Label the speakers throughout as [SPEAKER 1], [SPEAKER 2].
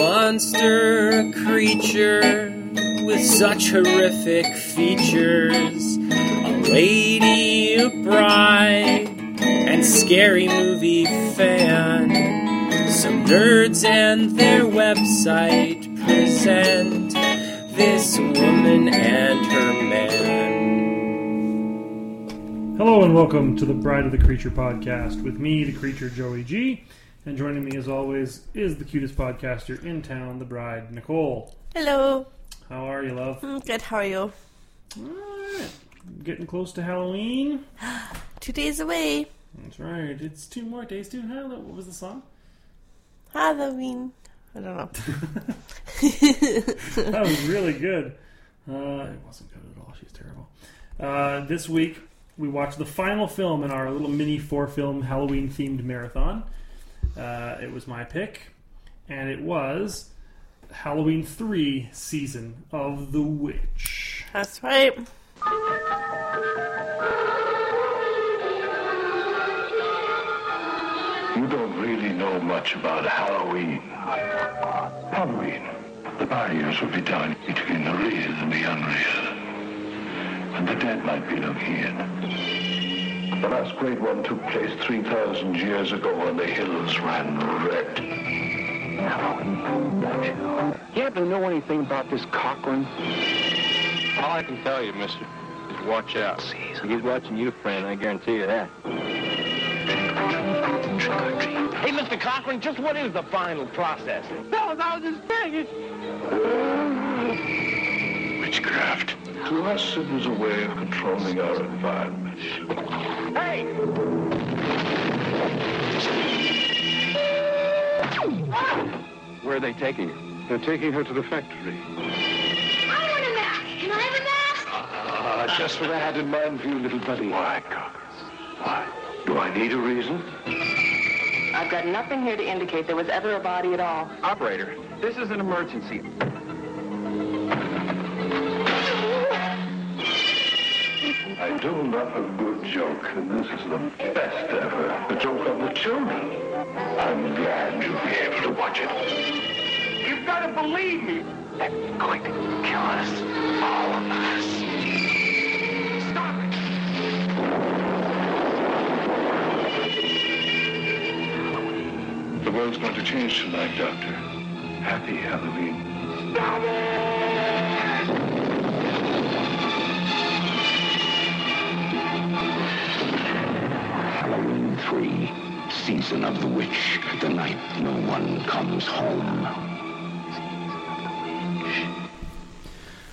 [SPEAKER 1] monster, a creature with such horrific features. A lady, a bride, and scary movie fan. Some nerds and their website present this woman and her man.
[SPEAKER 2] Hello and welcome to the Bride of the Creature podcast with me, the creature Joey G. And joining me as always is the cutest podcaster in town, the bride, Nicole.
[SPEAKER 3] Hello.
[SPEAKER 2] How are you, love?
[SPEAKER 3] Mm, good. How are you?
[SPEAKER 2] Alright. Getting close to Halloween.
[SPEAKER 3] Two days away.
[SPEAKER 2] That's right. It's two more days to Halloween. What was the song?
[SPEAKER 3] Halloween. I don't know.
[SPEAKER 2] That was really good. Uh, it wasn't good at all. She's terrible. Uh, this week, we watched the final film in our little mini four film Halloween themed marathon. Uh, it was my pick, and it was Halloween 3 Season of the Witch.
[SPEAKER 3] That's right.
[SPEAKER 4] You don't really know much about Halloween. Halloween. The barriers will be down between the real and the unreal. And the dead might be looking in. The last great one took place 3,000 years ago when the hills ran red. Halloween,
[SPEAKER 5] You happen to know anything about this Cochrane?
[SPEAKER 6] All I can tell you, mister, is watch out. He's watching you, friend. I guarantee you that. Hey, Mr. Cochran, just what is the final process?
[SPEAKER 4] Witchcraft. To us, it was a way of controlling our environment.
[SPEAKER 6] Hey! Where are they taking her?
[SPEAKER 4] They're taking her to the factory.
[SPEAKER 7] I want a mask. Can I have a mask?
[SPEAKER 4] Ah, just what I had in mind for you, little buddy. Why, Cocker? Why? Do I need a reason?
[SPEAKER 8] I've got nothing here to indicate there was ever a body at all.
[SPEAKER 6] Operator, this is an emergency.
[SPEAKER 4] I do love a good joke, and this is the best ever. The joke of the children. I'm glad you'll be able to watch it. You've got to believe me. They're going to kill us. All of us. Stop it. The world's going to change tonight, Doctor. Happy Halloween. Stop it!
[SPEAKER 5] Halloween 3, Season of the Witch, the night no one comes home.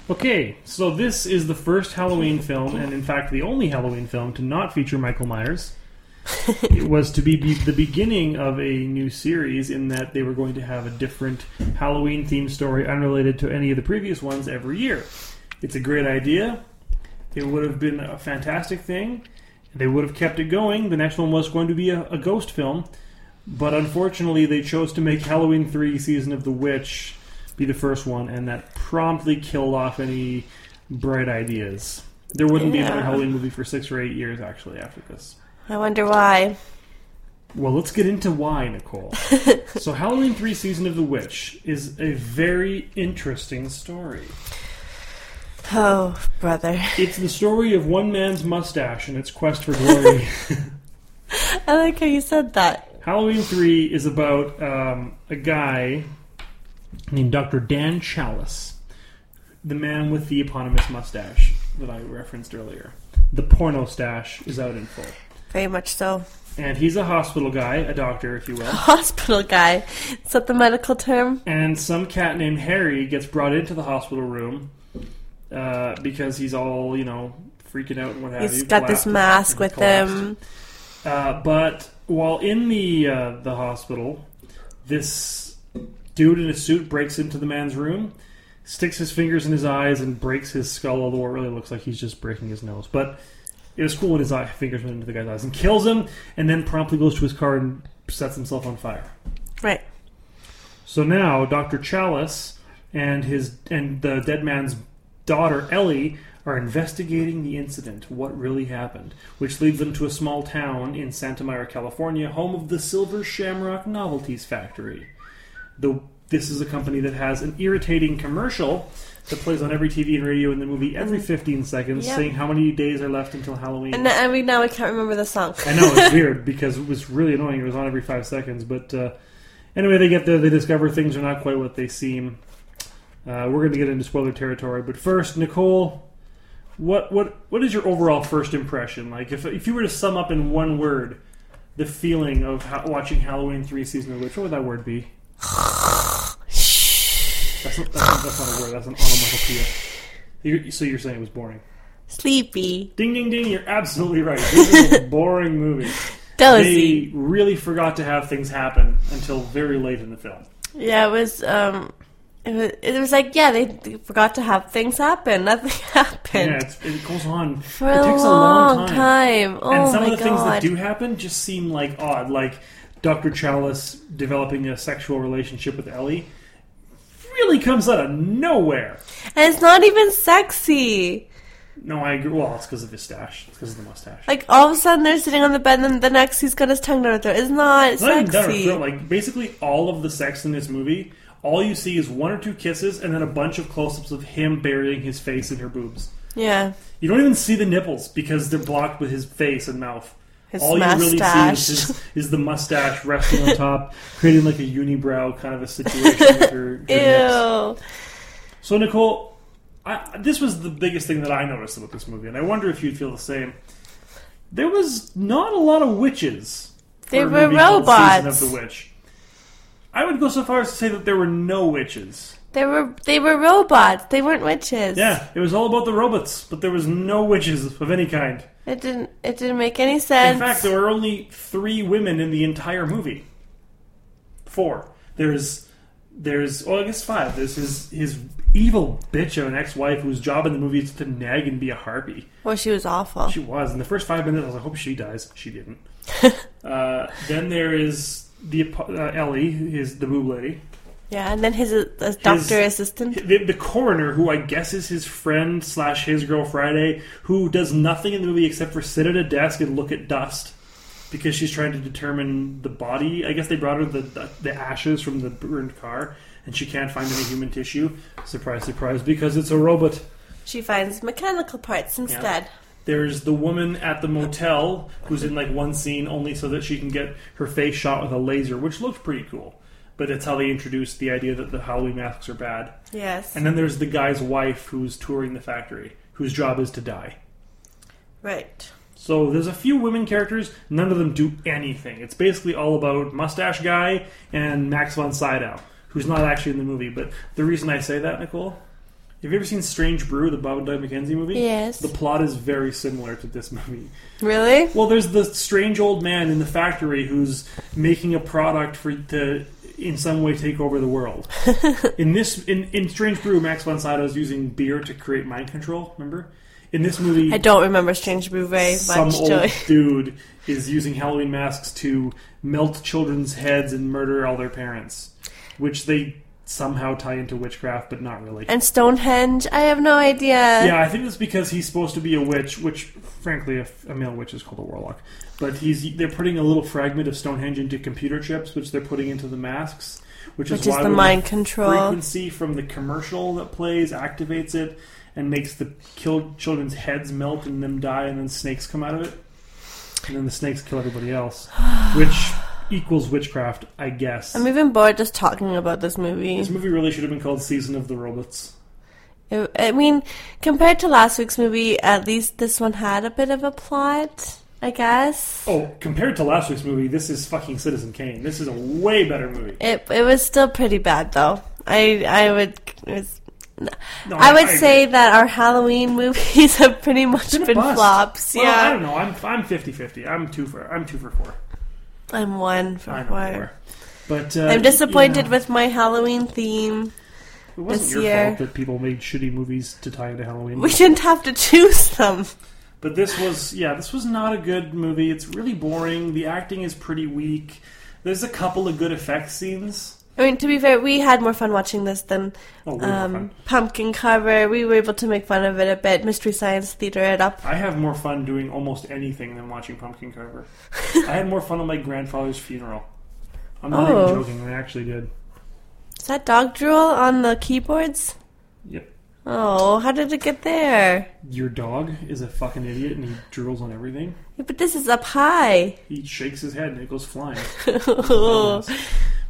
[SPEAKER 2] Okay, so this is the first Halloween film, and in fact, the only Halloween film to not feature Michael Myers. it was to be be the beginning of a new series in that they were going to have a different Halloween themed story unrelated to any of the previous ones every year. It's a great idea. It would have been a fantastic thing. They would have kept it going. The next one was going to be a, a ghost film, but unfortunately, they chose to make Halloween 3 Season of the Witch be the first one, and that promptly killed off any bright ideas. There wouldn't be another
[SPEAKER 3] Yeah.
[SPEAKER 2] Halloween movie for six or eight years, actually, after this.
[SPEAKER 3] I wonder why.
[SPEAKER 2] Well, let's get into why, Nicole. so, Halloween 3 Season of the Witch is a very interesting story.
[SPEAKER 3] Oh, brother.
[SPEAKER 2] It's the story of one man's mustache and its quest for glory.
[SPEAKER 3] I like how you said that.
[SPEAKER 2] Halloween 3 is about um, a guy named Dr. Dan Chalice, the man with the eponymous mustache that I referenced earlier. The porno stash is out in full.
[SPEAKER 3] Very much so.
[SPEAKER 2] And he's a hospital guy, a doctor, if you will.
[SPEAKER 3] Hospital guy. Is that the medical term?
[SPEAKER 2] and some cat named Harry gets brought into the hospital room uh, because he's all you know freaking out and what have you.
[SPEAKER 3] He's got this
[SPEAKER 2] collapsed-
[SPEAKER 3] mask with
[SPEAKER 2] collapsed.
[SPEAKER 3] him.
[SPEAKER 2] Uh, but while in the uh, the hospital, this dude in a suit breaks into the man's room, sticks his fingers in his eyes, and breaks his skull. Although it really looks like he's just breaking his nose, but. It was cool when his eye, fingers went into the guy's eyes and kills him, and then promptly goes to his car and sets himself on fire.
[SPEAKER 3] Right.
[SPEAKER 2] So now Dr. Chalice and his and the dead man's daughter Ellie are investigating the incident, what really happened, which leads them to a small town in Santa Maria, California, home of the Silver Shamrock Novelties Factory. The this is a company that has an irritating commercial that plays on every TV and radio in the movie every 15 seconds,
[SPEAKER 3] Yeah.
[SPEAKER 2] saying how many days are left until Halloween.
[SPEAKER 3] And I mean, now I can't remember the song.
[SPEAKER 2] I know it's weird because it was really annoying. It was on every five seconds, but uh, anyway, they get there. They discover things are not quite what they seem. Uh, we're going to get into spoiler territory, but first, Nicole, what what what is your overall first impression? Like, if if you were to sum up in one word the feeling of ha- watching Halloween three season of the witch, what would that word be? That's not, that's, not, that's not a word. That's an onomatopoeia. You, so you're saying it was boring?
[SPEAKER 3] Sleepy,
[SPEAKER 2] Ding ding ding! You're absolutely right. This is a boring movie
[SPEAKER 3] dozy.
[SPEAKER 2] they really forgot to have things happen until very late in the film.
[SPEAKER 3] Yeah, it was. Um, it was. It was like yeah, they, they forgot to have things happen. Nothing happened
[SPEAKER 2] yeah, it's, it goes on
[SPEAKER 3] for
[SPEAKER 2] it
[SPEAKER 3] a
[SPEAKER 2] takes
[SPEAKER 3] long
[SPEAKER 2] a long time.
[SPEAKER 3] time. Oh
[SPEAKER 2] and some
[SPEAKER 3] my
[SPEAKER 2] of the
[SPEAKER 3] god!
[SPEAKER 2] things that do happen just seem like odd, like Dr. Chalice developing a sexual relationship with Ellie. Really comes out of nowhere.
[SPEAKER 3] and it's not even sexy.
[SPEAKER 2] No, I agree. Well, it's because of his stash. It's because of the mustache.
[SPEAKER 3] Like all of a sudden they're sitting on the bed, and then the next he's got his tongue down her throat. It's not
[SPEAKER 2] Not even that
[SPEAKER 3] sexy.
[SPEAKER 2] real, Like basically all of the sex in this movie, all you see is one or two kisses and then a bunch of close-ups of him burying his face in her boobs.
[SPEAKER 3] yeah,
[SPEAKER 2] You don't even see the nipples because they're blocked with his face and mouth.
[SPEAKER 3] His
[SPEAKER 2] All you really
[SPEAKER 3] mustache.
[SPEAKER 2] see is, his, is the mustache resting on top, creating like a unibrow kind of a situation with her, her nips.
[SPEAKER 3] ew.
[SPEAKER 2] So Nicole, I, this was the biggest thing that I noticed about this movie, and I wonder if you'd feel the same. There was not a lot of witches. for
[SPEAKER 3] They
[SPEAKER 2] a
[SPEAKER 3] were
[SPEAKER 2] movie called Season
[SPEAKER 3] robots.
[SPEAKER 2] of the witch. I would go so far as to say that there were no witches.
[SPEAKER 3] They were they were robots. They weren't witches.
[SPEAKER 2] Yeah, it was all about the robots, but there was no witches of any kind.
[SPEAKER 3] It didn't it didn't make any sense.
[SPEAKER 2] In fact, there were only three women in the entire movie. Four. There's, there's, well, I guess five. There's his his evil bitch of an ex-wife whose job in the movie is to nag and be a harpy.
[SPEAKER 3] well, she was awful.
[SPEAKER 2] She was. In the first five minutes, I was like, I hope she dies. She didn't. uh, then there is the apo- uh, Ellie, who is the boob lady.
[SPEAKER 3] yeah, and then his, uh, his doctor assistant.
[SPEAKER 2] The, the coroner, who I guess is his friend slash his girl Friday, who does nothing in the movie except for sit at a desk and look at dust because she's trying to determine the body. I guess they brought her the, the, the ashes from the burned car, and she can't find any human tissue. Surprise, surprise, because it's a robot.
[SPEAKER 3] She finds mechanical parts instead.
[SPEAKER 2] There's the woman at the motel who's in like one scene only so that she can get her face shot with a laser, which looks pretty cool. But that's how they introduced the idea that the Halloween masks are bad.
[SPEAKER 3] Yes.
[SPEAKER 2] And then there's the guy's wife who's touring the factory, whose job is to die.
[SPEAKER 3] right.
[SPEAKER 2] So there's a few women characters, none of them do anything. It's basically all about Mustache Guy and Max von Sydow, who's not actually in the movie. But the reason I say that, Nicole, have you ever seen Strange Brew, the Bob and Doug McKenzie movie?
[SPEAKER 3] Yes.
[SPEAKER 2] The plot is very similar to this movie.
[SPEAKER 3] Really?
[SPEAKER 2] Well, there's the strange old man in the factory who's making a product for to in some way take over the world. in this in, in Strange Brew, Max von Sydow is using beer to create mind control. Remember? In this movie,
[SPEAKER 3] I don't remember Strange Brew very
[SPEAKER 2] some
[SPEAKER 3] much.
[SPEAKER 2] old
[SPEAKER 3] Joey.
[SPEAKER 2] dude is using Halloween masks to melt children's heads and murder all their parents, which they somehow tie into witchcraft, but not really.
[SPEAKER 3] And Stonehenge. I have no idea.
[SPEAKER 2] Yeah, I think it's because he's supposed to be a witch, which, frankly, a, a male witch is called a warlock. But he's they're putting a little fragment of Stonehenge into computer chips, which they're putting into the masks, which,
[SPEAKER 3] Which
[SPEAKER 2] is,
[SPEAKER 3] is
[SPEAKER 2] why
[SPEAKER 3] the
[SPEAKER 2] when
[SPEAKER 3] mind control.
[SPEAKER 2] frequency from the commercial that plays activates it and makes the killed children's heads melt and them die, and then snakes come out of it, and then the snakes kill everybody else, which equals witchcraft, I guess.
[SPEAKER 3] I'm even bored just talking about this movie.
[SPEAKER 2] this movie really should have been called Season of the Robots.
[SPEAKER 3] It- I mean, compared to last week's movie, at least this one had a bit of a plot, I guess.
[SPEAKER 2] Oh, compared to last week's movie, this is fucking Citizen Kane. This is a way better movie.
[SPEAKER 3] It it was still pretty bad though. I I would it was,
[SPEAKER 2] No,
[SPEAKER 3] I would
[SPEAKER 2] Oh, agree.
[SPEAKER 3] say that our Halloween movies have pretty much
[SPEAKER 2] It's
[SPEAKER 3] been,
[SPEAKER 2] a bust.
[SPEAKER 3] flops.
[SPEAKER 2] Well, I
[SPEAKER 3] yeah,
[SPEAKER 2] don't know. I'm I'm 50-50. I'm two for I'm two for four.
[SPEAKER 3] I'm one for
[SPEAKER 2] I know you
[SPEAKER 3] four.
[SPEAKER 2] are. But uh,
[SPEAKER 3] I'm disappointed
[SPEAKER 2] you know,
[SPEAKER 3] with my Halloween theme.
[SPEAKER 2] it wasn't
[SPEAKER 3] this
[SPEAKER 2] your
[SPEAKER 3] year.
[SPEAKER 2] fault that people made shitty movies to tie into Halloween.
[SPEAKER 3] We didn't have to choose them.
[SPEAKER 2] But this was yeah, this was not a good movie. It's really boring. The acting is pretty weak. There's a couple of good effects scenes.
[SPEAKER 3] I mean, to be fair, we had more fun watching this than
[SPEAKER 2] Oh, we have
[SPEAKER 3] um,
[SPEAKER 2] fun.
[SPEAKER 3] Pumpkin Cover. We were able to make fun of it a bit. Mystery Science Theater it up.
[SPEAKER 2] I have more fun doing almost anything than watching Pumpkin Carver. I had more fun at my grandfather's funeral. I'm not
[SPEAKER 3] Oh.
[SPEAKER 2] even joking. I actually did.
[SPEAKER 3] Is that dog drool on the keyboards?
[SPEAKER 2] Yep.
[SPEAKER 3] Oh, how did it get there?
[SPEAKER 2] Your dog is a fucking idiot and he drools on everything.
[SPEAKER 3] Yeah, but this is up high.
[SPEAKER 2] He shakes his head and it goes flying.
[SPEAKER 3] Oh.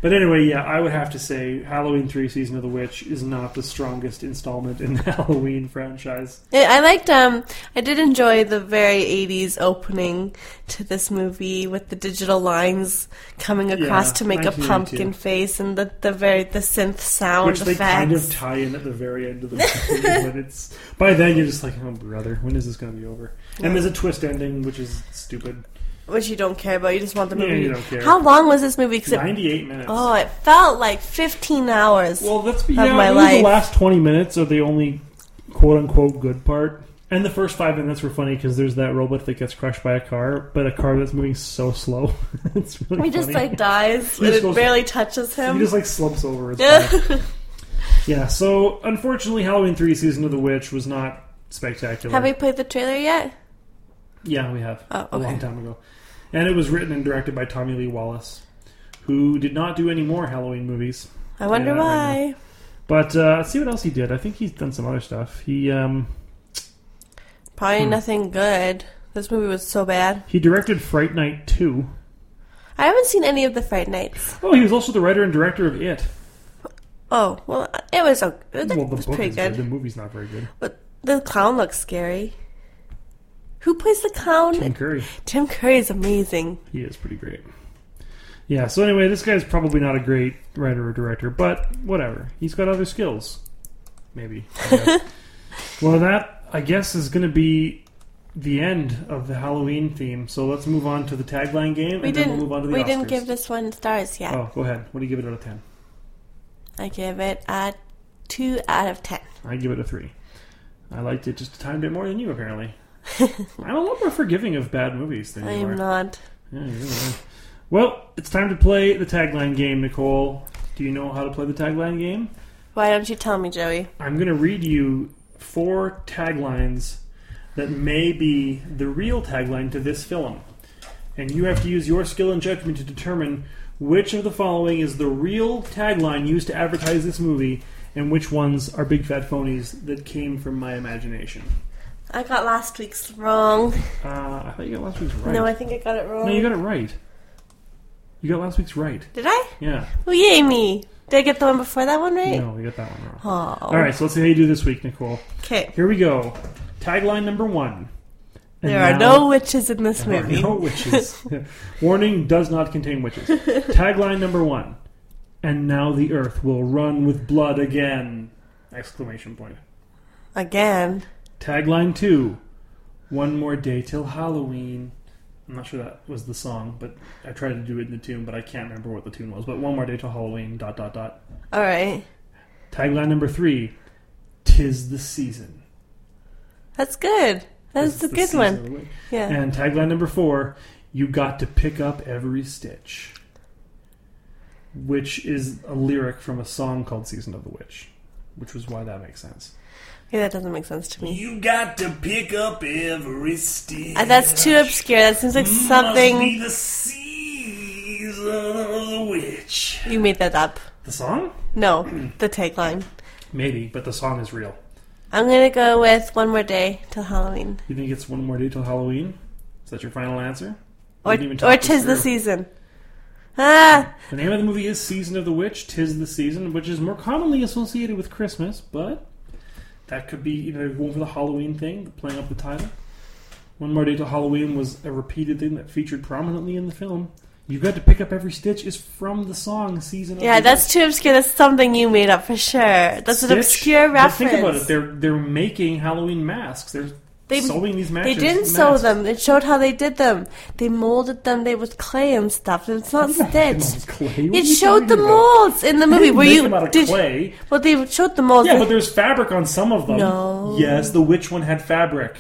[SPEAKER 2] But anyway, yeah, I would have to say Halloween 3 Season of the Witch is not the strongest installment in the Halloween franchise.
[SPEAKER 3] Yeah, I liked um I did enjoy the very 80s opening to this movie with the digital lines coming across
[SPEAKER 2] Yeah,
[SPEAKER 3] to make a
[SPEAKER 2] 1982.
[SPEAKER 3] pumpkin face and the, the very the synth sound
[SPEAKER 2] Which they
[SPEAKER 3] effects.
[SPEAKER 2] kind of tie in at the very end of the movie when it's by then you're just like, Oh brother, when is this gonna be over? And there's a twist ending which is stupid.
[SPEAKER 3] which you don't care about. You just want the
[SPEAKER 2] Yeah,
[SPEAKER 3] movie.
[SPEAKER 2] you don't care.
[SPEAKER 3] How long was this movie? 'Cause it-
[SPEAKER 2] Ninety eight minutes.
[SPEAKER 3] oh, it felt like 15 hours.
[SPEAKER 2] well that's
[SPEAKER 3] Of
[SPEAKER 2] yeah, maybe the
[SPEAKER 3] my life.
[SPEAKER 2] last twenty minutes are the only quote unquote good part. And the first five minutes were funny because there's that robot that gets crushed by a car, but a car that's moving so slow. it's really
[SPEAKER 3] he just
[SPEAKER 2] funny.
[SPEAKER 3] like dies
[SPEAKER 2] He
[SPEAKER 3] and
[SPEAKER 2] just
[SPEAKER 3] it
[SPEAKER 2] goes-
[SPEAKER 3] barely touches him.
[SPEAKER 2] He just like slumps over. It's
[SPEAKER 3] Yeah.
[SPEAKER 2] funny. yeah. So unfortunately, Halloween three season of the witch was not spectacular.
[SPEAKER 3] Have we played the trailer yet?
[SPEAKER 2] Yeah, we have
[SPEAKER 3] Oh,
[SPEAKER 2] a
[SPEAKER 3] okay.
[SPEAKER 2] long time ago, and it was written and directed by Tommy Lee Wallace, who did not do any more Halloween movies.
[SPEAKER 3] I wonder
[SPEAKER 2] Yeah, I
[SPEAKER 3] why.
[SPEAKER 2] But uh, let's see what else he did. I think he's done some other stuff. He um,
[SPEAKER 3] Probably
[SPEAKER 2] Hmm.
[SPEAKER 3] nothing good. This movie was so bad.
[SPEAKER 2] he directed Fright Night two.
[SPEAKER 3] I haven't seen any of the Fright Nights.
[SPEAKER 2] Oh, he was also the writer and director of It.
[SPEAKER 3] Oh well, it was o- it
[SPEAKER 2] Well, the
[SPEAKER 3] was
[SPEAKER 2] book
[SPEAKER 3] pretty
[SPEAKER 2] is good.
[SPEAKER 3] good.
[SPEAKER 2] The movie's not very good.
[SPEAKER 3] But the clown looks scary. Who plays the clown?
[SPEAKER 2] Tim
[SPEAKER 3] Tim,
[SPEAKER 2] Curry.
[SPEAKER 3] Curry is amazing.
[SPEAKER 2] He is pretty great. Yeah, so anyway, this guy's probably not a great writer or director, but whatever. He's got other skills. Maybe. I guess. well, that, I guess, is going to be the end of the Halloween theme. So let's move on to the tagline game,
[SPEAKER 3] We
[SPEAKER 2] and then
[SPEAKER 3] didn't
[SPEAKER 2] we'll move on to the
[SPEAKER 3] we
[SPEAKER 2] Oscars.
[SPEAKER 3] didn't give this one stars yet.
[SPEAKER 2] Oh, go ahead. What do you give it out of 10?
[SPEAKER 3] I give it a two out of ten.
[SPEAKER 2] I give it a 3. I liked it just a tiny bit more than you, apparently. I'm a lot more forgiving of bad movies than
[SPEAKER 3] I
[SPEAKER 2] you are.
[SPEAKER 3] am not.
[SPEAKER 2] Yeah, you really are. Well, it's time to play the tagline game, Nicole. Do you know how to play the tagline game?
[SPEAKER 3] Why don't you tell me, Joey?
[SPEAKER 2] I'm going to read you four taglines that may be the real tagline to this film. And you have to use your skill and judgment to determine which of the following is the real tagline used to advertise this movie and which ones are big fat phonies that came from my imagination.
[SPEAKER 3] I got last week's wrong.
[SPEAKER 2] Uh, I thought you got last week's right.
[SPEAKER 3] No, I think I got it wrong.
[SPEAKER 2] No, you got it right. You got last week's right.
[SPEAKER 3] Did I?
[SPEAKER 2] Yeah.
[SPEAKER 3] Oh, yay me! Did I get the one before that one right?
[SPEAKER 2] No, you got that one wrong.
[SPEAKER 3] Oh.
[SPEAKER 2] All right, so let's see how you do this week, Nicole.
[SPEAKER 3] Okay.
[SPEAKER 2] Here we go. Tagline number one. And
[SPEAKER 3] There are
[SPEAKER 2] now-
[SPEAKER 3] no witches in this
[SPEAKER 2] There are
[SPEAKER 3] movie.
[SPEAKER 2] no witches. Warning does not contain witches. Tagline number one. And now the earth will run with blood again. Exclamation point.
[SPEAKER 3] Again.
[SPEAKER 2] Tagline two. One more day till Halloween. I'm not sure that was the song, but I tried to do it in the tune, but I can't remember what the tune was. But one more day till Halloween. Dot dot dot.
[SPEAKER 3] All right.
[SPEAKER 2] Tagline number three. Tis the season.
[SPEAKER 3] That's good. That's
[SPEAKER 2] It's
[SPEAKER 3] a
[SPEAKER 2] the
[SPEAKER 3] good
[SPEAKER 2] season of
[SPEAKER 3] one.
[SPEAKER 2] the witch.
[SPEAKER 3] Yeah.
[SPEAKER 2] And tagline number four, you got to pick up every stitch. Which is a lyric from a song called Season of the Witch. Which was why that makes sense.
[SPEAKER 3] yeah, that doesn't make sense to me.
[SPEAKER 1] You got to pick up every stitch.
[SPEAKER 3] Uh, that's too obscure. That seems like
[SPEAKER 1] Must be
[SPEAKER 3] something.
[SPEAKER 1] the season of the witch.
[SPEAKER 3] You made that up.
[SPEAKER 2] The song?
[SPEAKER 3] No, the tagline.
[SPEAKER 2] Maybe, but the song is real.
[SPEAKER 3] I'm going to go with One More Day Till Halloween.
[SPEAKER 2] You think it's one more day till Halloween? Is that your final answer?
[SPEAKER 3] Or,
[SPEAKER 2] didn't even talk
[SPEAKER 3] or
[SPEAKER 2] this
[SPEAKER 3] Tis the
[SPEAKER 2] through.
[SPEAKER 3] Season. Ah!
[SPEAKER 2] The name of the movie is Season of the Witch, Tis the Season, which is more commonly associated with Christmas, but that could be either one for the Halloween thing, playing up the title. One More Day to Halloween was a repeated thing that featured prominently in the film. You got to pick up every stitch is from the song Season of
[SPEAKER 3] Yeah,
[SPEAKER 2] the
[SPEAKER 3] that's
[SPEAKER 2] Witch.
[SPEAKER 3] too obscure. That's something you made up for sure. That's an
[SPEAKER 2] Stitch-
[SPEAKER 3] obscure
[SPEAKER 2] but
[SPEAKER 3] reference.
[SPEAKER 2] Think about it. They're they're making Halloween masks. They're
[SPEAKER 3] They-
[SPEAKER 2] sewing these
[SPEAKER 3] They
[SPEAKER 2] matches.
[SPEAKER 3] didn't
[SPEAKER 2] masks.
[SPEAKER 3] sew them. It showed how they did them. They molded them. They with clay and stuff. It's not stitched.
[SPEAKER 2] Clay, what are you
[SPEAKER 3] It
[SPEAKER 2] talking
[SPEAKER 3] showed the
[SPEAKER 2] about?
[SPEAKER 3] molds in the
[SPEAKER 2] They
[SPEAKER 3] movie.
[SPEAKER 2] didn't
[SPEAKER 3] Were
[SPEAKER 2] make
[SPEAKER 3] you
[SPEAKER 2] them out of
[SPEAKER 3] did-
[SPEAKER 2] clay.
[SPEAKER 3] Well, they showed the molds.
[SPEAKER 2] Yeah, but there's fabric on some of them.
[SPEAKER 3] No.
[SPEAKER 2] Yes, the witch one had fabric.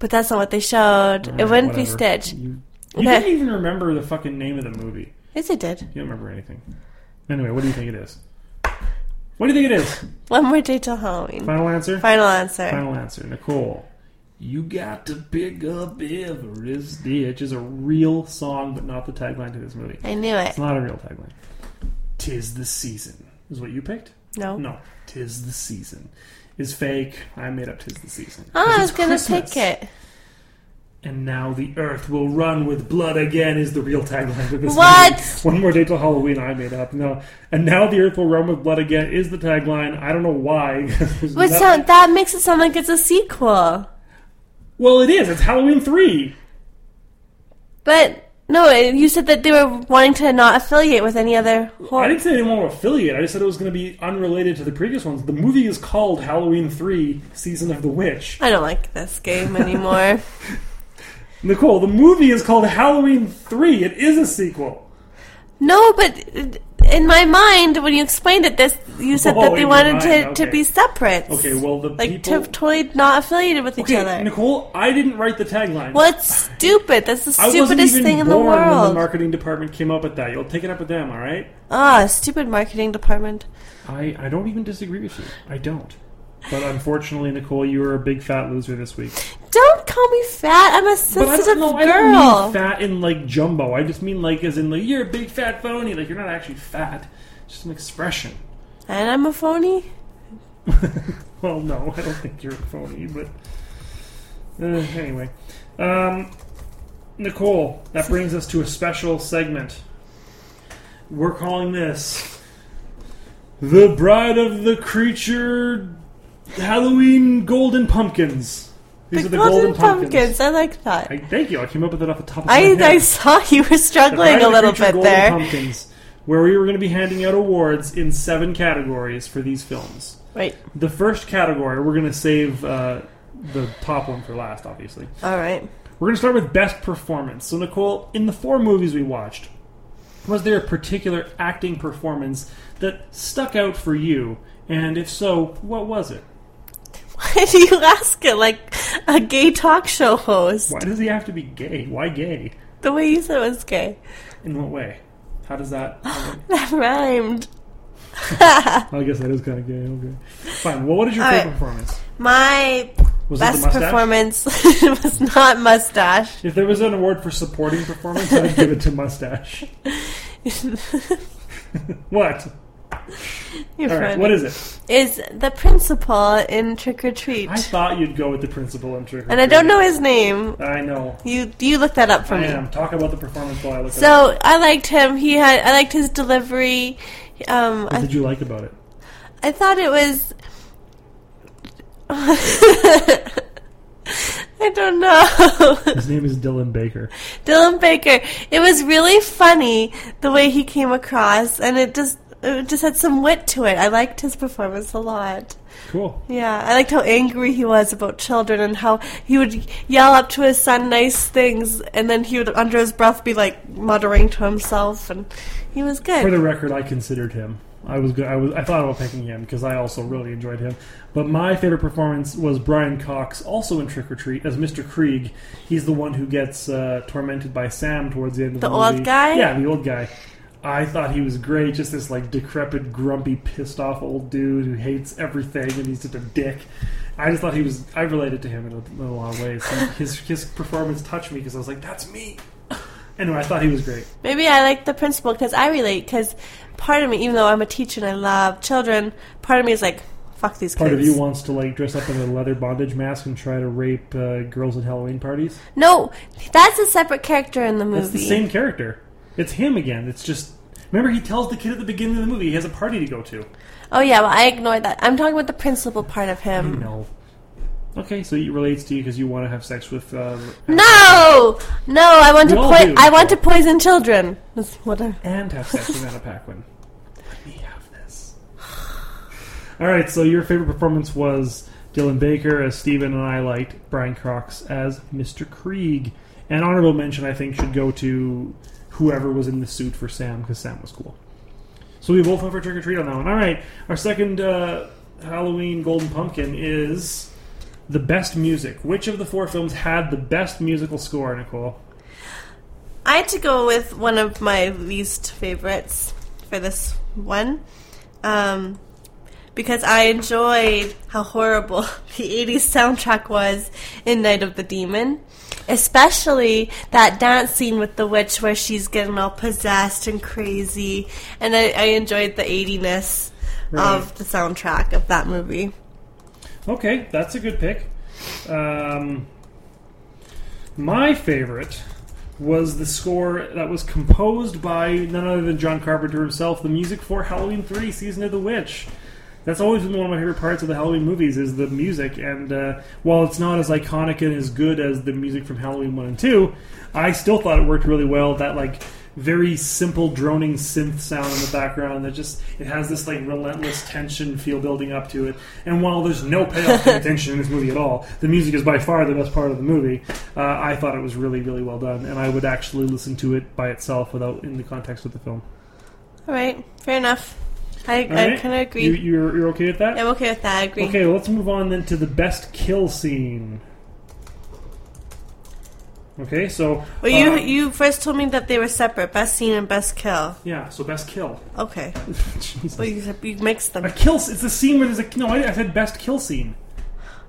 [SPEAKER 3] But that's not what they showed. it
[SPEAKER 2] Alright,
[SPEAKER 3] wouldn't be
[SPEAKER 2] whatever.
[SPEAKER 3] Stitch.
[SPEAKER 2] You, you
[SPEAKER 3] Okay.
[SPEAKER 2] didn't even remember the fucking name of the movie.
[SPEAKER 3] Yes, it did.
[SPEAKER 2] You don't remember anything. Anyway, what do you think it is? What do you think it is?
[SPEAKER 3] One more day till Halloween.
[SPEAKER 2] Final answer?
[SPEAKER 3] Final answer.
[SPEAKER 2] Final answer. Nicole. You got to pick up every stitch is a real song, but not the tagline to this movie.
[SPEAKER 3] I knew it.
[SPEAKER 2] It's not a real tagline. Tis the season. Is what you picked?
[SPEAKER 3] No.
[SPEAKER 2] No. Tis the season is fake. I made up tis the season.
[SPEAKER 3] Oh,
[SPEAKER 2] 'Cause
[SPEAKER 3] I was
[SPEAKER 2] it's
[SPEAKER 3] gonna
[SPEAKER 2] Christmas.
[SPEAKER 3] pick it.
[SPEAKER 2] And now the earth will run with blood again is the real tagline of this
[SPEAKER 3] What?
[SPEAKER 2] movie. One more day till Halloween I made up. No. And now the earth will run with blood again is the tagline. I don't know why. 'cause
[SPEAKER 3] But
[SPEAKER 2] that-
[SPEAKER 3] sound, that makes it sound like it's a sequel.
[SPEAKER 2] well, it is. It's Halloween 3.
[SPEAKER 3] But no, it- you said that they were wanting to not affiliate with any other
[SPEAKER 2] I
[SPEAKER 3] horror.
[SPEAKER 2] didn't say they won't affiliate. I just said it was going to be unrelated to the previous ones. The movie is called Halloween 3 Season of the Witch.
[SPEAKER 3] I don't like this game anymore.
[SPEAKER 2] Nicole, the movie is called Halloween 3. It is a sequel.
[SPEAKER 3] no, but in my mind, when you explained it, this you said
[SPEAKER 2] Oh,
[SPEAKER 3] that they
[SPEAKER 2] in your
[SPEAKER 3] wanted
[SPEAKER 2] mind,
[SPEAKER 3] to,
[SPEAKER 2] okay.
[SPEAKER 3] to be separate.
[SPEAKER 2] Okay, well, the
[SPEAKER 3] like
[SPEAKER 2] people...
[SPEAKER 3] tiptoed, not affiliated with each
[SPEAKER 2] okay,
[SPEAKER 3] other.
[SPEAKER 2] Nicole, I didn't write the tagline.
[SPEAKER 3] well, it's stupid. That's the
[SPEAKER 2] I wasn't
[SPEAKER 3] stupidest
[SPEAKER 2] even
[SPEAKER 3] thing in
[SPEAKER 2] born
[SPEAKER 3] the
[SPEAKER 2] when the
[SPEAKER 3] world.
[SPEAKER 2] marketing department came up with that. You'll take it up with them, all right?
[SPEAKER 3] Ah, stupid marketing department.
[SPEAKER 2] I, I don't even disagree with you. I don't. But unfortunately, Nicole, you were a big fat loser this week.
[SPEAKER 3] Don't call me fat. I'm a
[SPEAKER 2] But I
[SPEAKER 3] sensitive
[SPEAKER 2] don't know.
[SPEAKER 3] girl.
[SPEAKER 2] I don't mean fat in like jumbo. I just mean like as in like you're a big fat phony. Like you're not actually fat. It's just an expression.
[SPEAKER 3] and I'm a phony.
[SPEAKER 2] Well, no, I don't think you're a phony. But uh, anyway, um, Nicole, that brings us to a special segment. We're calling this the Bride of the Creature Halloween Golden Pumpkins. These are the golden, pumpkins.
[SPEAKER 3] I like that.
[SPEAKER 2] I,
[SPEAKER 3] I,
[SPEAKER 2] thank you. I came up with it off the top of my
[SPEAKER 3] I,
[SPEAKER 2] head.
[SPEAKER 3] saw you were
[SPEAKER 2] The
[SPEAKER 3] struggling
[SPEAKER 2] Bride of
[SPEAKER 3] a
[SPEAKER 2] the
[SPEAKER 3] little
[SPEAKER 2] Creature
[SPEAKER 3] bit
[SPEAKER 2] Golden
[SPEAKER 3] there.
[SPEAKER 2] Pumpkins, where we were going to be handing out awards in seven categories for these films.
[SPEAKER 3] Wait.
[SPEAKER 2] The first category, we're going to save uh, the top one for last, obviously.
[SPEAKER 3] All right.
[SPEAKER 2] We're going to start with best performance. So, Nicole, in the four movies we watched, was there a particular acting performance that stuck out for you? And if so, what was it?
[SPEAKER 3] Why do you ask it like a gay talk show host?
[SPEAKER 2] Why does he have to be gay? Why gay?
[SPEAKER 3] The way you said it was gay.
[SPEAKER 2] In what way? How does that?
[SPEAKER 3] That rhymed.
[SPEAKER 2] I guess that is kind of gay. Okay, fine. Well, what is your
[SPEAKER 3] All
[SPEAKER 2] favorite
[SPEAKER 3] right.
[SPEAKER 2] performance?
[SPEAKER 3] My
[SPEAKER 2] Was it
[SPEAKER 3] best
[SPEAKER 2] the mustache?
[SPEAKER 3] performance was not mustache.
[SPEAKER 2] If there was an award for supporting performance, I'd give it to Mustache. what?
[SPEAKER 3] You're
[SPEAKER 2] All right, what is it?
[SPEAKER 3] Is the principal in Trick or Treat?
[SPEAKER 2] I thought you'd go with the principal and Trick. or
[SPEAKER 3] and I
[SPEAKER 2] Treat.
[SPEAKER 3] don't know his name.
[SPEAKER 2] I know.
[SPEAKER 3] You you look that up for
[SPEAKER 2] I
[SPEAKER 3] me.
[SPEAKER 2] am. Talk about the performance while I look. it up.
[SPEAKER 3] So I liked him. He had I liked his delivery. Um,
[SPEAKER 2] what
[SPEAKER 3] I
[SPEAKER 2] did you like about it?
[SPEAKER 3] I thought it was. I don't know.
[SPEAKER 2] His name is Dylan Baker.
[SPEAKER 3] Dylan Baker. It was really funny the way he came across, and it just it just had some wit to it. I liked his performance a lot.
[SPEAKER 2] Cool.
[SPEAKER 3] Yeah, I liked how angry he was about children and how he would yell up to his son nice things, and then he would under his breath be like muttering to himself, and he was good.
[SPEAKER 2] For the record, I considered him. I was good. I was. I thought about picking him because I also really enjoyed him. But my favorite performance was Brian Cox, also in Trick or Treat, as Mr. Krieg. He's the one who gets uh, tormented by Sam towards the end of the,
[SPEAKER 3] The old
[SPEAKER 2] movie.
[SPEAKER 3] guy?
[SPEAKER 2] Yeah, the old guy. I thought he was great. Just this like decrepit, grumpy, pissed off old dude who hates everything and he's just a dick. I just thought he was. I related to him in a, in a lot of ways. His his performance touched me because I was like, "That's me." Anyway, I thought he was great.
[SPEAKER 3] Maybe I like the principal because I relate. Because part of me, even though I'm a teacher and I love children, part of me is like, "Fuck these
[SPEAKER 2] Part of
[SPEAKER 3] kids."
[SPEAKER 2] you wants to like dress up in a leather bondage mask and try to rape uh, girls at Halloween parties.
[SPEAKER 3] no, that's a separate character in the movie.
[SPEAKER 2] That's the same character. It's him again. It's just remember he tells the kid at the beginning of the movie he has a party to go to.
[SPEAKER 3] Oh yeah, well I ignored that. I'm talking about the principal part of him.
[SPEAKER 2] No. Okay, so it relates to you because you want to have sex with. Uh,
[SPEAKER 3] No, no, I want
[SPEAKER 2] We
[SPEAKER 3] to
[SPEAKER 2] all
[SPEAKER 3] poi-
[SPEAKER 2] do.
[SPEAKER 3] I want to poison children. That's what I-
[SPEAKER 2] And have sex with Anna Paquin. Let me have this. All right, so your favorite performance was Dylan Baker as Steven, and I liked Brian Cox as Mr. Krieg. An honorable mention, I think, should go to whoever was in the suit for Sam, because Sam was cool. So we both went for trick or treat on that one. All right, our second uh, Halloween Golden Pumpkin is the best music. Which of the four films had the best musical score, Nicole?
[SPEAKER 3] I had to go with one of my least favorites for this one. Um, because I enjoyed how horrible the 80s soundtrack was in Night of the Demon. Especially that dance scene with the witch where she's getting all possessed and crazy. And I, I enjoyed the 80ness.
[SPEAKER 2] Right.
[SPEAKER 3] of the soundtrack of that movie.
[SPEAKER 2] Okay, that's a good pick. Um, my favorite was the score that was composed by none other than John Carpenter himself, the music for Halloween 3 Season of the Witch. That's always been one of my favorite parts of the Halloween movies is the music, and uh, while it's not as iconic and as good as the music from Halloween one and two, I still thought it worked really well. That like very simple droning synth sound in the background that just it has this like relentless tension feel building up to it. And while there's no payoff to the tension in this movie at all, the music is by far the best part of the movie. Uh, I thought it was really really well done, and I would actually listen to it by itself without in the context of the film.
[SPEAKER 3] All right, fair enough. I,
[SPEAKER 2] All
[SPEAKER 3] I
[SPEAKER 2] right?
[SPEAKER 3] kind of agree.
[SPEAKER 2] You, you're, you're okay with that?
[SPEAKER 3] I'm okay with that. I agree.
[SPEAKER 2] Okay, well, let's move on then to the best kill scene. Okay, so
[SPEAKER 3] Well, you
[SPEAKER 2] uh,
[SPEAKER 3] you first told me that they were separate, best scene and best kill.
[SPEAKER 2] yeah, so best kill.
[SPEAKER 3] Okay,
[SPEAKER 2] Jesus.
[SPEAKER 3] well you, you mixed them.
[SPEAKER 2] a kill. s- It's the scene where there's a no. I, I said best kill scene.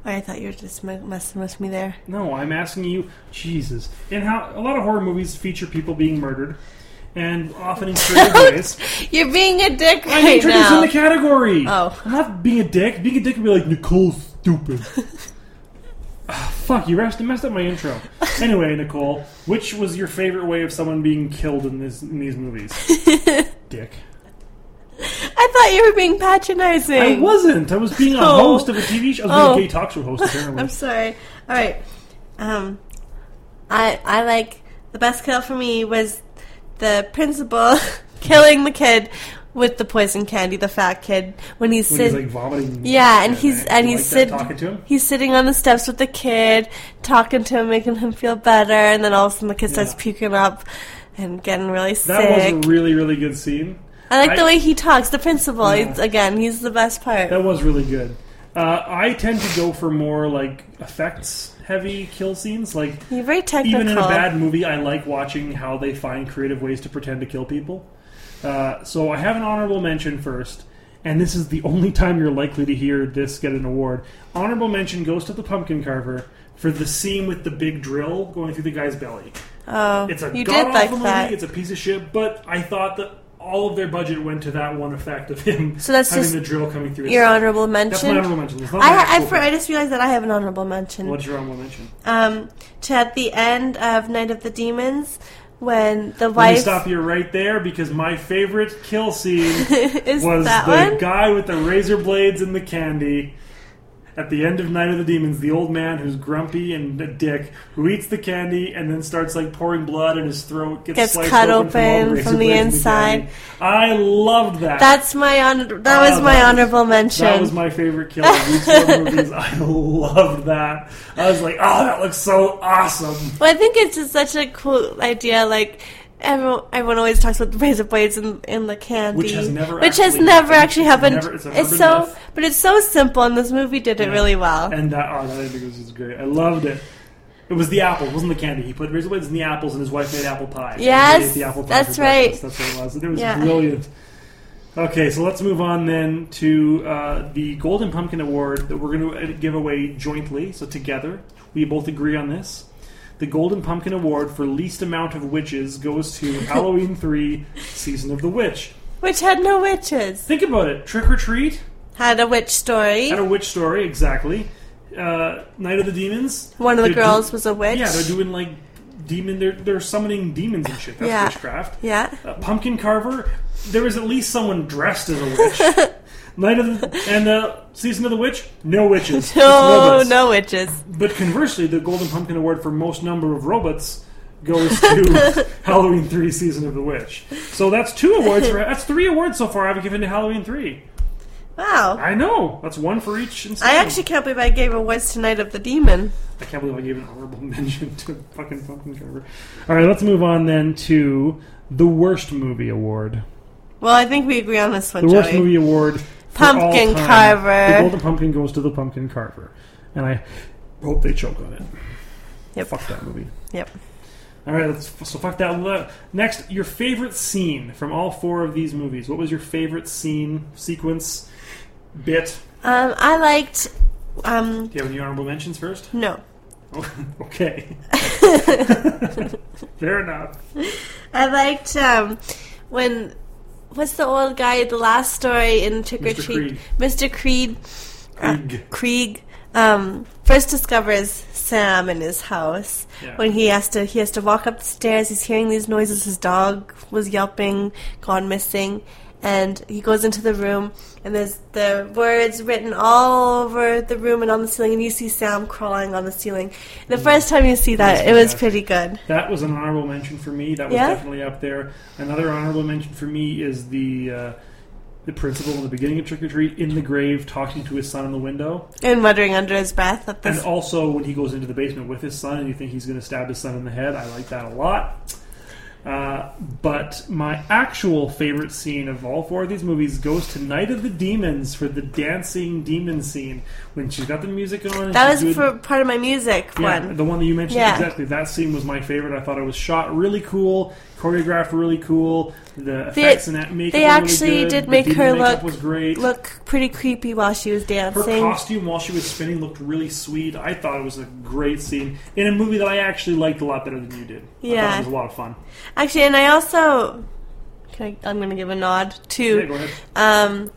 [SPEAKER 3] I thought you were just me- messing with me there.
[SPEAKER 2] No, I'm asking you, Jesus. And how a lot of horror movies feature people being murdered, and often in creative ways.
[SPEAKER 3] You're being a dick
[SPEAKER 2] I'm
[SPEAKER 3] right
[SPEAKER 2] introducing
[SPEAKER 3] now.
[SPEAKER 2] the category.
[SPEAKER 3] Oh.
[SPEAKER 2] I'm not being a dick. Being a dick would be like Nicole's stupid. Ah, fuck, you messed, messed up my intro. Anyway, Nicole, which was your favorite way of someone being killed in this in these movies? dick.
[SPEAKER 3] I thought you were being patronizing.
[SPEAKER 2] I wasn't. I was being a
[SPEAKER 3] Oh.
[SPEAKER 2] host of a TV show. I was being
[SPEAKER 3] Oh.
[SPEAKER 2] a gay talk show host apparently.
[SPEAKER 3] I'm sorry. All right. Um, I I like the best kill for me was the principal killing the kid with the poison candy, the fat kid when he's
[SPEAKER 2] when
[SPEAKER 3] sit-
[SPEAKER 2] he's like vomiting.
[SPEAKER 3] yeah, and he's
[SPEAKER 2] man.
[SPEAKER 3] and
[SPEAKER 2] You
[SPEAKER 3] he's
[SPEAKER 2] like
[SPEAKER 3] sit-
[SPEAKER 2] that talking to him.
[SPEAKER 3] he's sitting on the steps with the kid, talking to him, making him feel better, and then all of a sudden the kid starts
[SPEAKER 2] Yeah.
[SPEAKER 3] puking up and getting really
[SPEAKER 2] That
[SPEAKER 3] sick.
[SPEAKER 2] was a really really good scene.
[SPEAKER 3] I like the
[SPEAKER 2] I-
[SPEAKER 3] way he talks. The principal,
[SPEAKER 2] Yeah.
[SPEAKER 3] it's- again, he's the best part.
[SPEAKER 2] That was really good. Uh, I tend to go for more like effects heavy kill scenes, like
[SPEAKER 3] You're very technical.
[SPEAKER 2] even in a bad movie, I like watching how they find creative ways to pretend to kill people. Uh, so I have an honorable mention first, and this is the only time you're likely to hear this get an award. Honorable mention goes to the pumpkin carver for the scene with the big drill going through the guy's belly.
[SPEAKER 3] oh,
[SPEAKER 2] It's a
[SPEAKER 3] you
[SPEAKER 2] god
[SPEAKER 3] did
[SPEAKER 2] awful
[SPEAKER 3] like
[SPEAKER 2] movie.
[SPEAKER 3] that.
[SPEAKER 2] It's a piece of shit, but I thought that all of their budget went to that one effect of him
[SPEAKER 3] So that's
[SPEAKER 2] having
[SPEAKER 3] just
[SPEAKER 2] the drill coming through. his
[SPEAKER 3] Your
[SPEAKER 2] stomach.
[SPEAKER 3] honorable
[SPEAKER 2] That's my
[SPEAKER 3] mention.
[SPEAKER 2] honorable mention. It's not my
[SPEAKER 3] I, I,
[SPEAKER 2] actual
[SPEAKER 3] for, I
[SPEAKER 2] pick.
[SPEAKER 3] just realized that I have an honorable mention.
[SPEAKER 2] What's your honorable mention?
[SPEAKER 3] Um, to at the end of Night of the Demons, when the
[SPEAKER 2] Let me
[SPEAKER 3] wife
[SPEAKER 2] stop you right there because my favorite kill scene
[SPEAKER 3] is
[SPEAKER 2] was
[SPEAKER 3] that
[SPEAKER 2] the
[SPEAKER 3] one.
[SPEAKER 2] guy with the razor blades and the candy. At the end of Night of the Demons, the old man who's grumpy and a dick, who eats the candy and then starts like pouring blood in his throat, gets,
[SPEAKER 3] Gets
[SPEAKER 2] sliced
[SPEAKER 3] cut
[SPEAKER 2] from, all
[SPEAKER 3] open
[SPEAKER 2] razor
[SPEAKER 3] from the
[SPEAKER 2] blades and
[SPEAKER 3] inside.
[SPEAKER 2] candy. I loved that.
[SPEAKER 3] That's my honor. That
[SPEAKER 2] Ah,
[SPEAKER 3] was my
[SPEAKER 2] that was-
[SPEAKER 3] honorable mention.
[SPEAKER 2] That was my favorite kill of these four movies. I loved that. I was like, oh, that looks so awesome.
[SPEAKER 3] Well, I think it's just such a cool idea. Like everyone, everyone always talks about the razor blades and, and the candy,
[SPEAKER 2] Which has never
[SPEAKER 3] which has
[SPEAKER 2] actually
[SPEAKER 3] never
[SPEAKER 2] happened.
[SPEAKER 3] actually happened.
[SPEAKER 2] Never- it's
[SPEAKER 3] it's
[SPEAKER 2] an urban
[SPEAKER 3] so,
[SPEAKER 2] myth.
[SPEAKER 3] but it's so simple, and this movie did it really well.
[SPEAKER 2] And that, oh, that I think was just great. I loved it. It was the apple, it wasn't the candy. He put razor blades in the apples, and his wife made apple pie. And
[SPEAKER 3] Yes,
[SPEAKER 2] they ate the apple pie
[SPEAKER 3] that's
[SPEAKER 2] for
[SPEAKER 3] right.
[SPEAKER 2] breakfast. That's what it was. And it was
[SPEAKER 3] Yeah.
[SPEAKER 2] brilliant. Okay, so let's move on then to uh, the Golden Pumpkin Award that we're going to give away jointly. So together, we both agree on this. The Golden Pumpkin Award for least amount of witches goes to Halloween Three: Season of the Witch.
[SPEAKER 3] Which had no witches,
[SPEAKER 2] Think about it: Trick or Treat
[SPEAKER 3] had a witch story.
[SPEAKER 2] had a witch story, exactly. Uh, Night of the Demons.
[SPEAKER 3] One of the
[SPEAKER 2] They're do-
[SPEAKER 3] girls was a witch.
[SPEAKER 2] yeah, they're doing like demon. They're they're summoning demons and shit. That's
[SPEAKER 3] Yeah.
[SPEAKER 2] witchcraft.
[SPEAKER 3] Yeah.
[SPEAKER 2] Uh, pumpkin carver. There was at least someone dressed as a witch. Night of the and uh, season of the witch. No witches.
[SPEAKER 3] No,
[SPEAKER 2] It's robots.
[SPEAKER 3] no witches.
[SPEAKER 2] But conversely, the Golden Pumpkin Award for most number of robots goes to Halloween Three: Season of the Witch. So that's two awards. For, that's three awards so far I've given to Halloween Three.
[SPEAKER 3] Wow.
[SPEAKER 2] I know that's one for each.
[SPEAKER 3] I
[SPEAKER 2] installment.
[SPEAKER 3] actually can't believe I gave awards to Night of the Demon.
[SPEAKER 2] I can't believe I gave an honorable mention to fucking pumpkin cover. All right, let's move on then to the worst movie award.
[SPEAKER 3] Well, I think we agree on this one,
[SPEAKER 2] The worst
[SPEAKER 3] Joey.
[SPEAKER 2] movie award. for all
[SPEAKER 3] Pumpkin
[SPEAKER 2] time.
[SPEAKER 3] Carver.
[SPEAKER 2] The golden pumpkin goes to the pumpkin carver, and I hope they choke on it.
[SPEAKER 3] Yep.
[SPEAKER 2] Fuck that movie.
[SPEAKER 3] Yep.
[SPEAKER 2] All right, let's, so fuck that. le- Next, your favorite scene from all four of these movies. What was your favorite scene, sequence, bit?
[SPEAKER 3] Um, I liked. Um,
[SPEAKER 2] Do you have any honorable mentions first?
[SPEAKER 3] no.
[SPEAKER 2] okay. Fair enough.
[SPEAKER 3] I liked um, when what's the old guy? The last story in Trick or
[SPEAKER 2] Mr.
[SPEAKER 3] Treat, Mr. Creed. uh,
[SPEAKER 2] Krieg.
[SPEAKER 3] Krieg um, first discovers Sam in his house
[SPEAKER 2] Yeah.
[SPEAKER 3] when he has to he has to walk up the stairs. He's hearing these noises. His dog was yelping, gone missing, and he goes into the room and there's the words written all over the room and on the ceiling. And you see Sam crawling on the ceiling. The
[SPEAKER 2] Mm.
[SPEAKER 3] first time you see that, it was pretty good.
[SPEAKER 2] That was an honorable mention for me. That was
[SPEAKER 3] Yeah?
[SPEAKER 2] definitely up there. Another honorable mention for me is the uh, the principal in the beginning of Trick or Treat in the grave talking to his son in the window,
[SPEAKER 3] And muttering under his breath at
[SPEAKER 2] and
[SPEAKER 3] this.
[SPEAKER 2] also when he goes into the basement with his son and you think he's going to stab his son in the head. I like that a lot. Uh, but my actual favorite scene of all four of these movies goes to Night of the Demons for the dancing demon scene when she's got the music on. And
[SPEAKER 3] That
[SPEAKER 2] she's
[SPEAKER 3] was
[SPEAKER 2] doing-
[SPEAKER 3] for part of my music
[SPEAKER 2] yeah,
[SPEAKER 3] one.
[SPEAKER 2] the one that you mentioned
[SPEAKER 3] Yeah.
[SPEAKER 2] exactly. That scene was my favorite. I thought it was shot really cool, choreographed really cool. The
[SPEAKER 3] They-
[SPEAKER 2] effects and that makeup.
[SPEAKER 3] they
[SPEAKER 2] were really
[SPEAKER 3] actually
[SPEAKER 2] good.
[SPEAKER 3] did
[SPEAKER 2] The
[SPEAKER 3] make
[SPEAKER 2] demon
[SPEAKER 3] her
[SPEAKER 2] makeup
[SPEAKER 3] look-
[SPEAKER 2] was great.
[SPEAKER 3] Look pretty creepy while she was
[SPEAKER 2] her
[SPEAKER 3] dancing.
[SPEAKER 2] costume while she was spinning looked really sweet. I thought it was a great scene in a movie that I actually liked a lot better than you did. I
[SPEAKER 3] Yeah.
[SPEAKER 2] thought it was a lot of fun.
[SPEAKER 3] Actually, and I also, can I, I'm going to give a nod
[SPEAKER 2] Yeah, go
[SPEAKER 3] to
[SPEAKER 2] ahead.
[SPEAKER 3] um,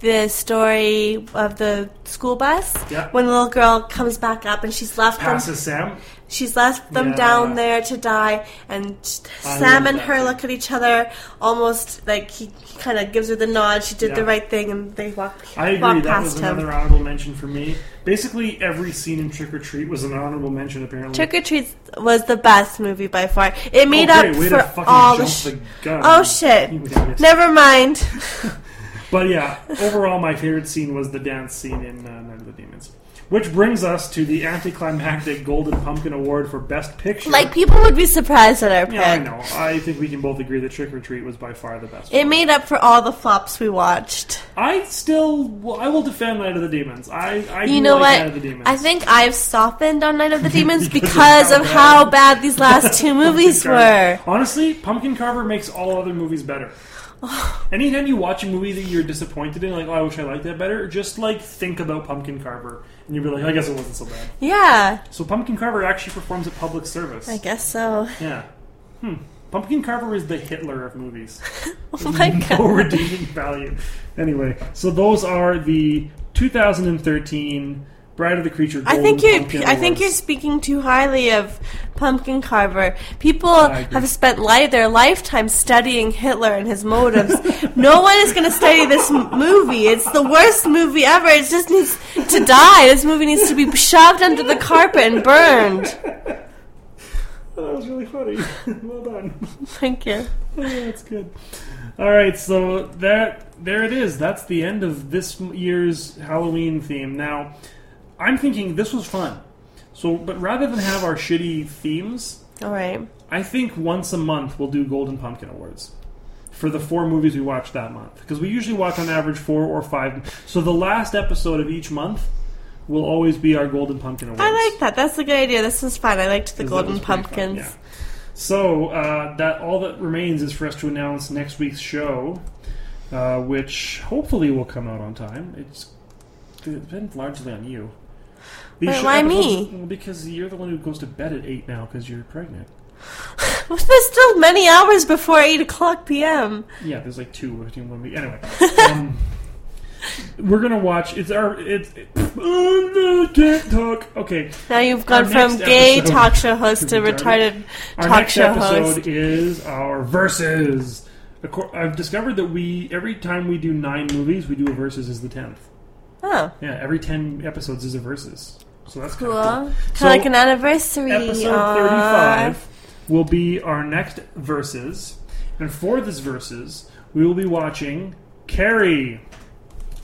[SPEAKER 3] the story of the school bus
[SPEAKER 2] Yeah.
[SPEAKER 3] when the little girl comes back up and she's left them,
[SPEAKER 2] Passes Sam.
[SPEAKER 3] she's left them
[SPEAKER 2] Yeah.
[SPEAKER 3] down there to die, and
[SPEAKER 2] I
[SPEAKER 3] Sam
[SPEAKER 2] love
[SPEAKER 3] and
[SPEAKER 2] that
[SPEAKER 3] her
[SPEAKER 2] scene.
[SPEAKER 3] look at each other almost like he, kind of gives her the nod. She did the
[SPEAKER 2] Yeah.
[SPEAKER 3] right thing, and they walk,
[SPEAKER 2] I agree.
[SPEAKER 3] walk
[SPEAKER 2] That was
[SPEAKER 3] past
[SPEAKER 2] another
[SPEAKER 3] him.
[SPEAKER 2] honorable mention for me. Basically, every scene in Trick or Treat was an honorable mention. Apparently,
[SPEAKER 3] Trick or Treat was the best movie by far. It made
[SPEAKER 2] oh,
[SPEAKER 3] up
[SPEAKER 2] great, way to
[SPEAKER 3] for
[SPEAKER 2] fucking
[SPEAKER 3] all the.
[SPEAKER 2] jump
[SPEAKER 3] Sh-
[SPEAKER 2] the gun.
[SPEAKER 3] oh shit!
[SPEAKER 2] You idiots.
[SPEAKER 3] Never mind.
[SPEAKER 2] But yeah, overall, my favorite scene was the dance scene in uh, Night of the Demons. Which brings us to the anticlimactic Golden Pumpkin Award for Best Picture.
[SPEAKER 3] Like people would be surprised at our pick.
[SPEAKER 2] yeah, I know. I think we can both agree that Trick or Treat was by far the best.
[SPEAKER 3] It made up for all the flops we watched.
[SPEAKER 2] I still, well, I will defend Night of the Demons. I, I
[SPEAKER 3] You
[SPEAKER 2] do
[SPEAKER 3] know
[SPEAKER 2] like Night
[SPEAKER 3] what?
[SPEAKER 2] of the Demons.
[SPEAKER 3] I think I've softened on Night of the Demons because
[SPEAKER 2] Because
[SPEAKER 3] of
[SPEAKER 2] of
[SPEAKER 3] how bad these last two
[SPEAKER 2] Pumpkin
[SPEAKER 3] movies were.
[SPEAKER 2] Carver- Honestly, Pumpkin Carver makes all other movies better. Anytime you watch a movie that you're disappointed in, like, oh, I wish I liked that better, just, like, think about Pumpkin Carver. And you'll be like, I guess it wasn't so bad.
[SPEAKER 3] Yeah,
[SPEAKER 2] So Pumpkin Carver actually performs a public service.
[SPEAKER 3] I guess so.
[SPEAKER 2] Yeah. Hmm. Pumpkin Carver is the Hitler of movies.
[SPEAKER 3] Oh my
[SPEAKER 2] No
[SPEAKER 3] god.
[SPEAKER 2] redeeming value. Anyway, so those are the 2013 Bride of the Creature.
[SPEAKER 3] I
[SPEAKER 2] Golden
[SPEAKER 3] think you're.
[SPEAKER 2] Oh, Pumpkin
[SPEAKER 3] I think you're
[SPEAKER 2] Awards.
[SPEAKER 3] speaking too highly of Pumpkin Carver. People
[SPEAKER 2] I agree.
[SPEAKER 3] have spent li- their lifetime studying Hitler and his motives. no one is going to study this m- movie. It's the worst movie ever. It just needs to die. This movie needs to be shoved under the carpet and burned.
[SPEAKER 2] Oh, that was really funny. well done.
[SPEAKER 3] Thank you.
[SPEAKER 2] That's good. All right, so that there it is. That's the end of this m- year's Halloween theme. Now, I'm thinking this was fun. So, but rather than have our shitty themes,
[SPEAKER 3] All right.
[SPEAKER 2] I think once a month we'll do Golden Pumpkin Awards for the four movies we watched that month because we usually watch on average four or five. So the last episode of each month will always be our Golden Pumpkin Awards.
[SPEAKER 3] I like that. That's a good idea. This was fun. I liked the
[SPEAKER 2] That
[SPEAKER 3] golden
[SPEAKER 2] was pretty fun,
[SPEAKER 3] pumpkins.
[SPEAKER 2] yeah. So uh, that all that remains is for us to announce next week's show, uh, which hopefully will come out on time. It's been largely on you. These
[SPEAKER 3] But
[SPEAKER 2] show
[SPEAKER 3] why
[SPEAKER 2] episodes-
[SPEAKER 3] me?
[SPEAKER 2] Well, because you're the one who goes to bed at eight now because you're pregnant.
[SPEAKER 3] There's still many hours before eight o'clock p.m.
[SPEAKER 2] Yeah, there's like two between one week. Anyway, um, we're gonna watch. It's our. It's. It, oh, no, can't talk. Okay,
[SPEAKER 3] Now you've
[SPEAKER 2] Our
[SPEAKER 3] gone from
[SPEAKER 2] next
[SPEAKER 3] gay
[SPEAKER 2] episode-
[SPEAKER 3] talk show host to
[SPEAKER 2] Retarded.
[SPEAKER 3] retarded
[SPEAKER 2] our
[SPEAKER 3] talk
[SPEAKER 2] next
[SPEAKER 3] show
[SPEAKER 2] episode
[SPEAKER 3] host.
[SPEAKER 2] is our verses. Acco- I've discovered that we every time we do nine movies, we do a verses is the tenth.
[SPEAKER 3] Oh,
[SPEAKER 2] Yeah, every ten episodes is a verses. So that's
[SPEAKER 3] cool.
[SPEAKER 2] Kind of
[SPEAKER 3] Kind of
[SPEAKER 2] So,
[SPEAKER 3] like an anniversary.
[SPEAKER 2] episode
[SPEAKER 3] Aw.
[SPEAKER 2] 35 will be our next verses and for this verses we will be watching carrie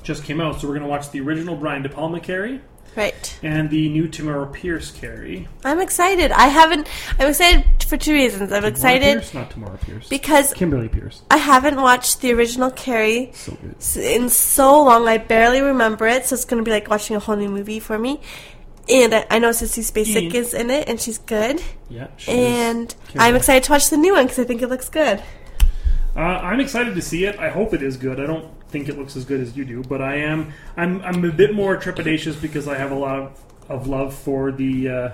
[SPEAKER 2] just came out so we're going to watch the original brian de palma carrie
[SPEAKER 3] Right.
[SPEAKER 2] and the new tamara pierce carrie
[SPEAKER 3] I'm excited. I haven't. I'm excited for two reasons. I'm
[SPEAKER 2] Tamara
[SPEAKER 3] excited
[SPEAKER 2] Pierce? not tamara pierce
[SPEAKER 3] because
[SPEAKER 2] kimberly pierce
[SPEAKER 3] I haven't watched the original Carrie
[SPEAKER 2] so good
[SPEAKER 3] s- in so long. I barely remember it, so it's going to be like watching a whole new movie for me. And I, I know Sissy Spacek
[SPEAKER 2] Mm.
[SPEAKER 3] is in it, and she's good.
[SPEAKER 2] yeah she is.
[SPEAKER 3] And I'm
[SPEAKER 2] Kimberly.
[SPEAKER 3] excited to watch the new one because I think it looks good.
[SPEAKER 2] Uh, I'm excited to see it. I hope it is good. I don't think it looks as good as you do, but I am. I'm. I'm a bit more trepidatious because I have a lot of, of love for the uh,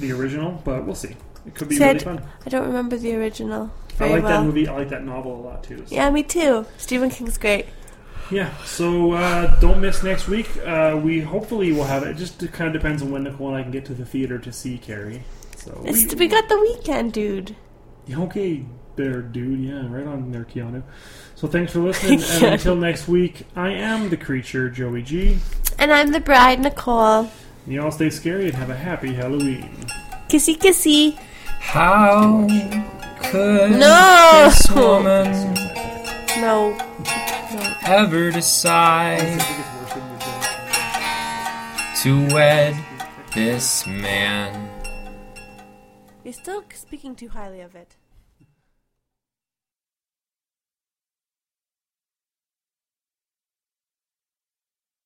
[SPEAKER 2] the original, but we'll see. It could be
[SPEAKER 3] See, I
[SPEAKER 2] really
[SPEAKER 3] d-
[SPEAKER 2] fun.
[SPEAKER 3] I don't remember the original.
[SPEAKER 2] I
[SPEAKER 3] very
[SPEAKER 2] like
[SPEAKER 3] well.
[SPEAKER 2] that movie. I like that novel a lot too. so-
[SPEAKER 3] Yeah, me too. Stephen King's great.
[SPEAKER 2] Yeah, so uh, don't miss next week. Uh, we hopefully will have it. It just kind of depends on when Nicole and I can get to the theater to see Carrie. So
[SPEAKER 3] It's, we got the weekend, dude.
[SPEAKER 2] okay, there, dude. Yeah, right on there, Keanu. So thanks for listening, and until next week, I am the creature, Joey G.
[SPEAKER 3] And I'm the bride, Nicole.
[SPEAKER 2] You all stay scary and have a happy Halloween.
[SPEAKER 3] Kissy, kissy.
[SPEAKER 1] How could
[SPEAKER 3] No!
[SPEAKER 1] this woman
[SPEAKER 3] No.
[SPEAKER 1] ever decide to wed this man?
[SPEAKER 3] You're still speaking too highly of it.